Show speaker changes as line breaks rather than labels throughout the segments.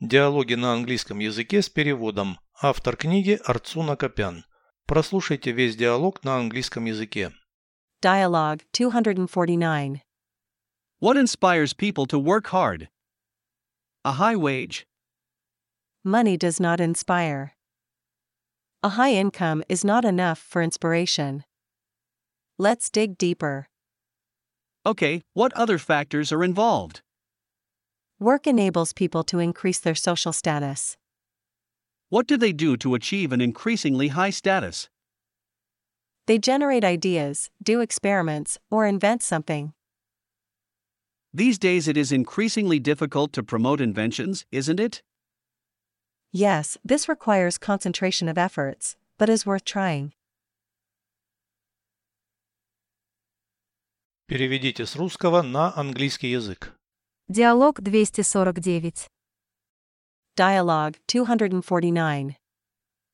Диалоги на английском языке с переводом. Автор книги Арцуна Копян. Прослушайте весь диалог на английском языке.
Dialogue 249.
What inspires people to work hard? A high wage.
Money does not inspire. A high income is not enough for inspiration. Let's dig deeper.
Okay, what other factors are involved?
Work enables people to increase their social status.
What do they do to achieve an increasingly high status?
They generate ideas, do experiments, or invent something.
These days it is increasingly difficult to promote inventions, isn't it?
Yes, this requires concentration of efforts, but is worth trying.
Переведите с русского на английский язык.
Диалог 249.
Dialogue 249.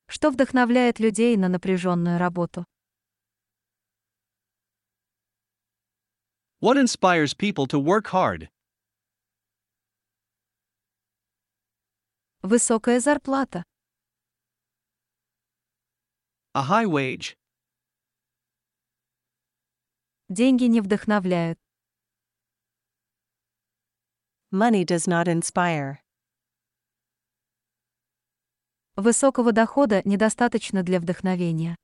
Что вдохновляет людей на напряженную работу?
What inspires people to work hard?
Высокая зарплата.
A high wage.
Деньги не вдохновляют.
Money does not inspire.
Высокого дохода недостаточно для вдохновения.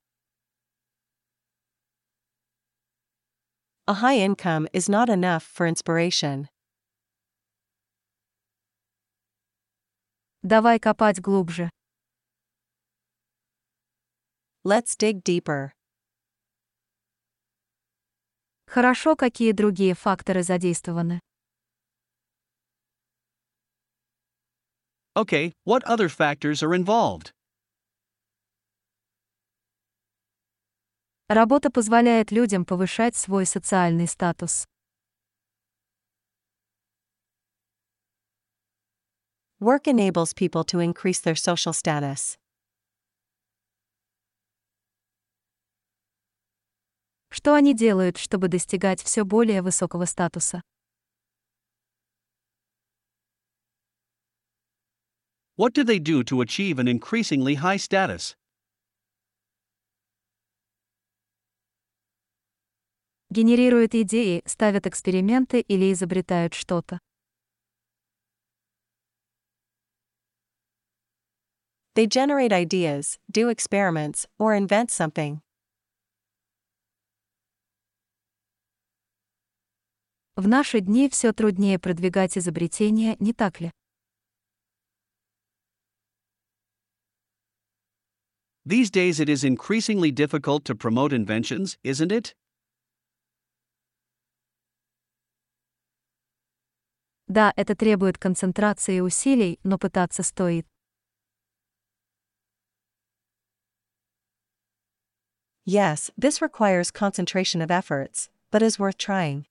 A high income is not enough for inspiration.
Давай копать глубже.
Let's dig deeper.
Хорошо, какие другие факторы задействованы?
Okay, what other factors are involved?
Работа позволяет людям повышать свой социальный статус.
Work enables people to increase their social status.
Что они делают, чтобы достигать все более высокого статуса?
What do they do to achieve an increasingly high status?
Генерируют идеи, ставят эксперименты или изобретают что-то.
They generate ideas, do experiments, or invent something.
В наши дни все труднее продвигать изобретения, не так ли?
These days it is increasingly difficult to promote inventions, isn't it?
Да, это требует концентрации и усилий, но пытаться стоит.
Yes, this requires concentration of efforts, but is worth trying.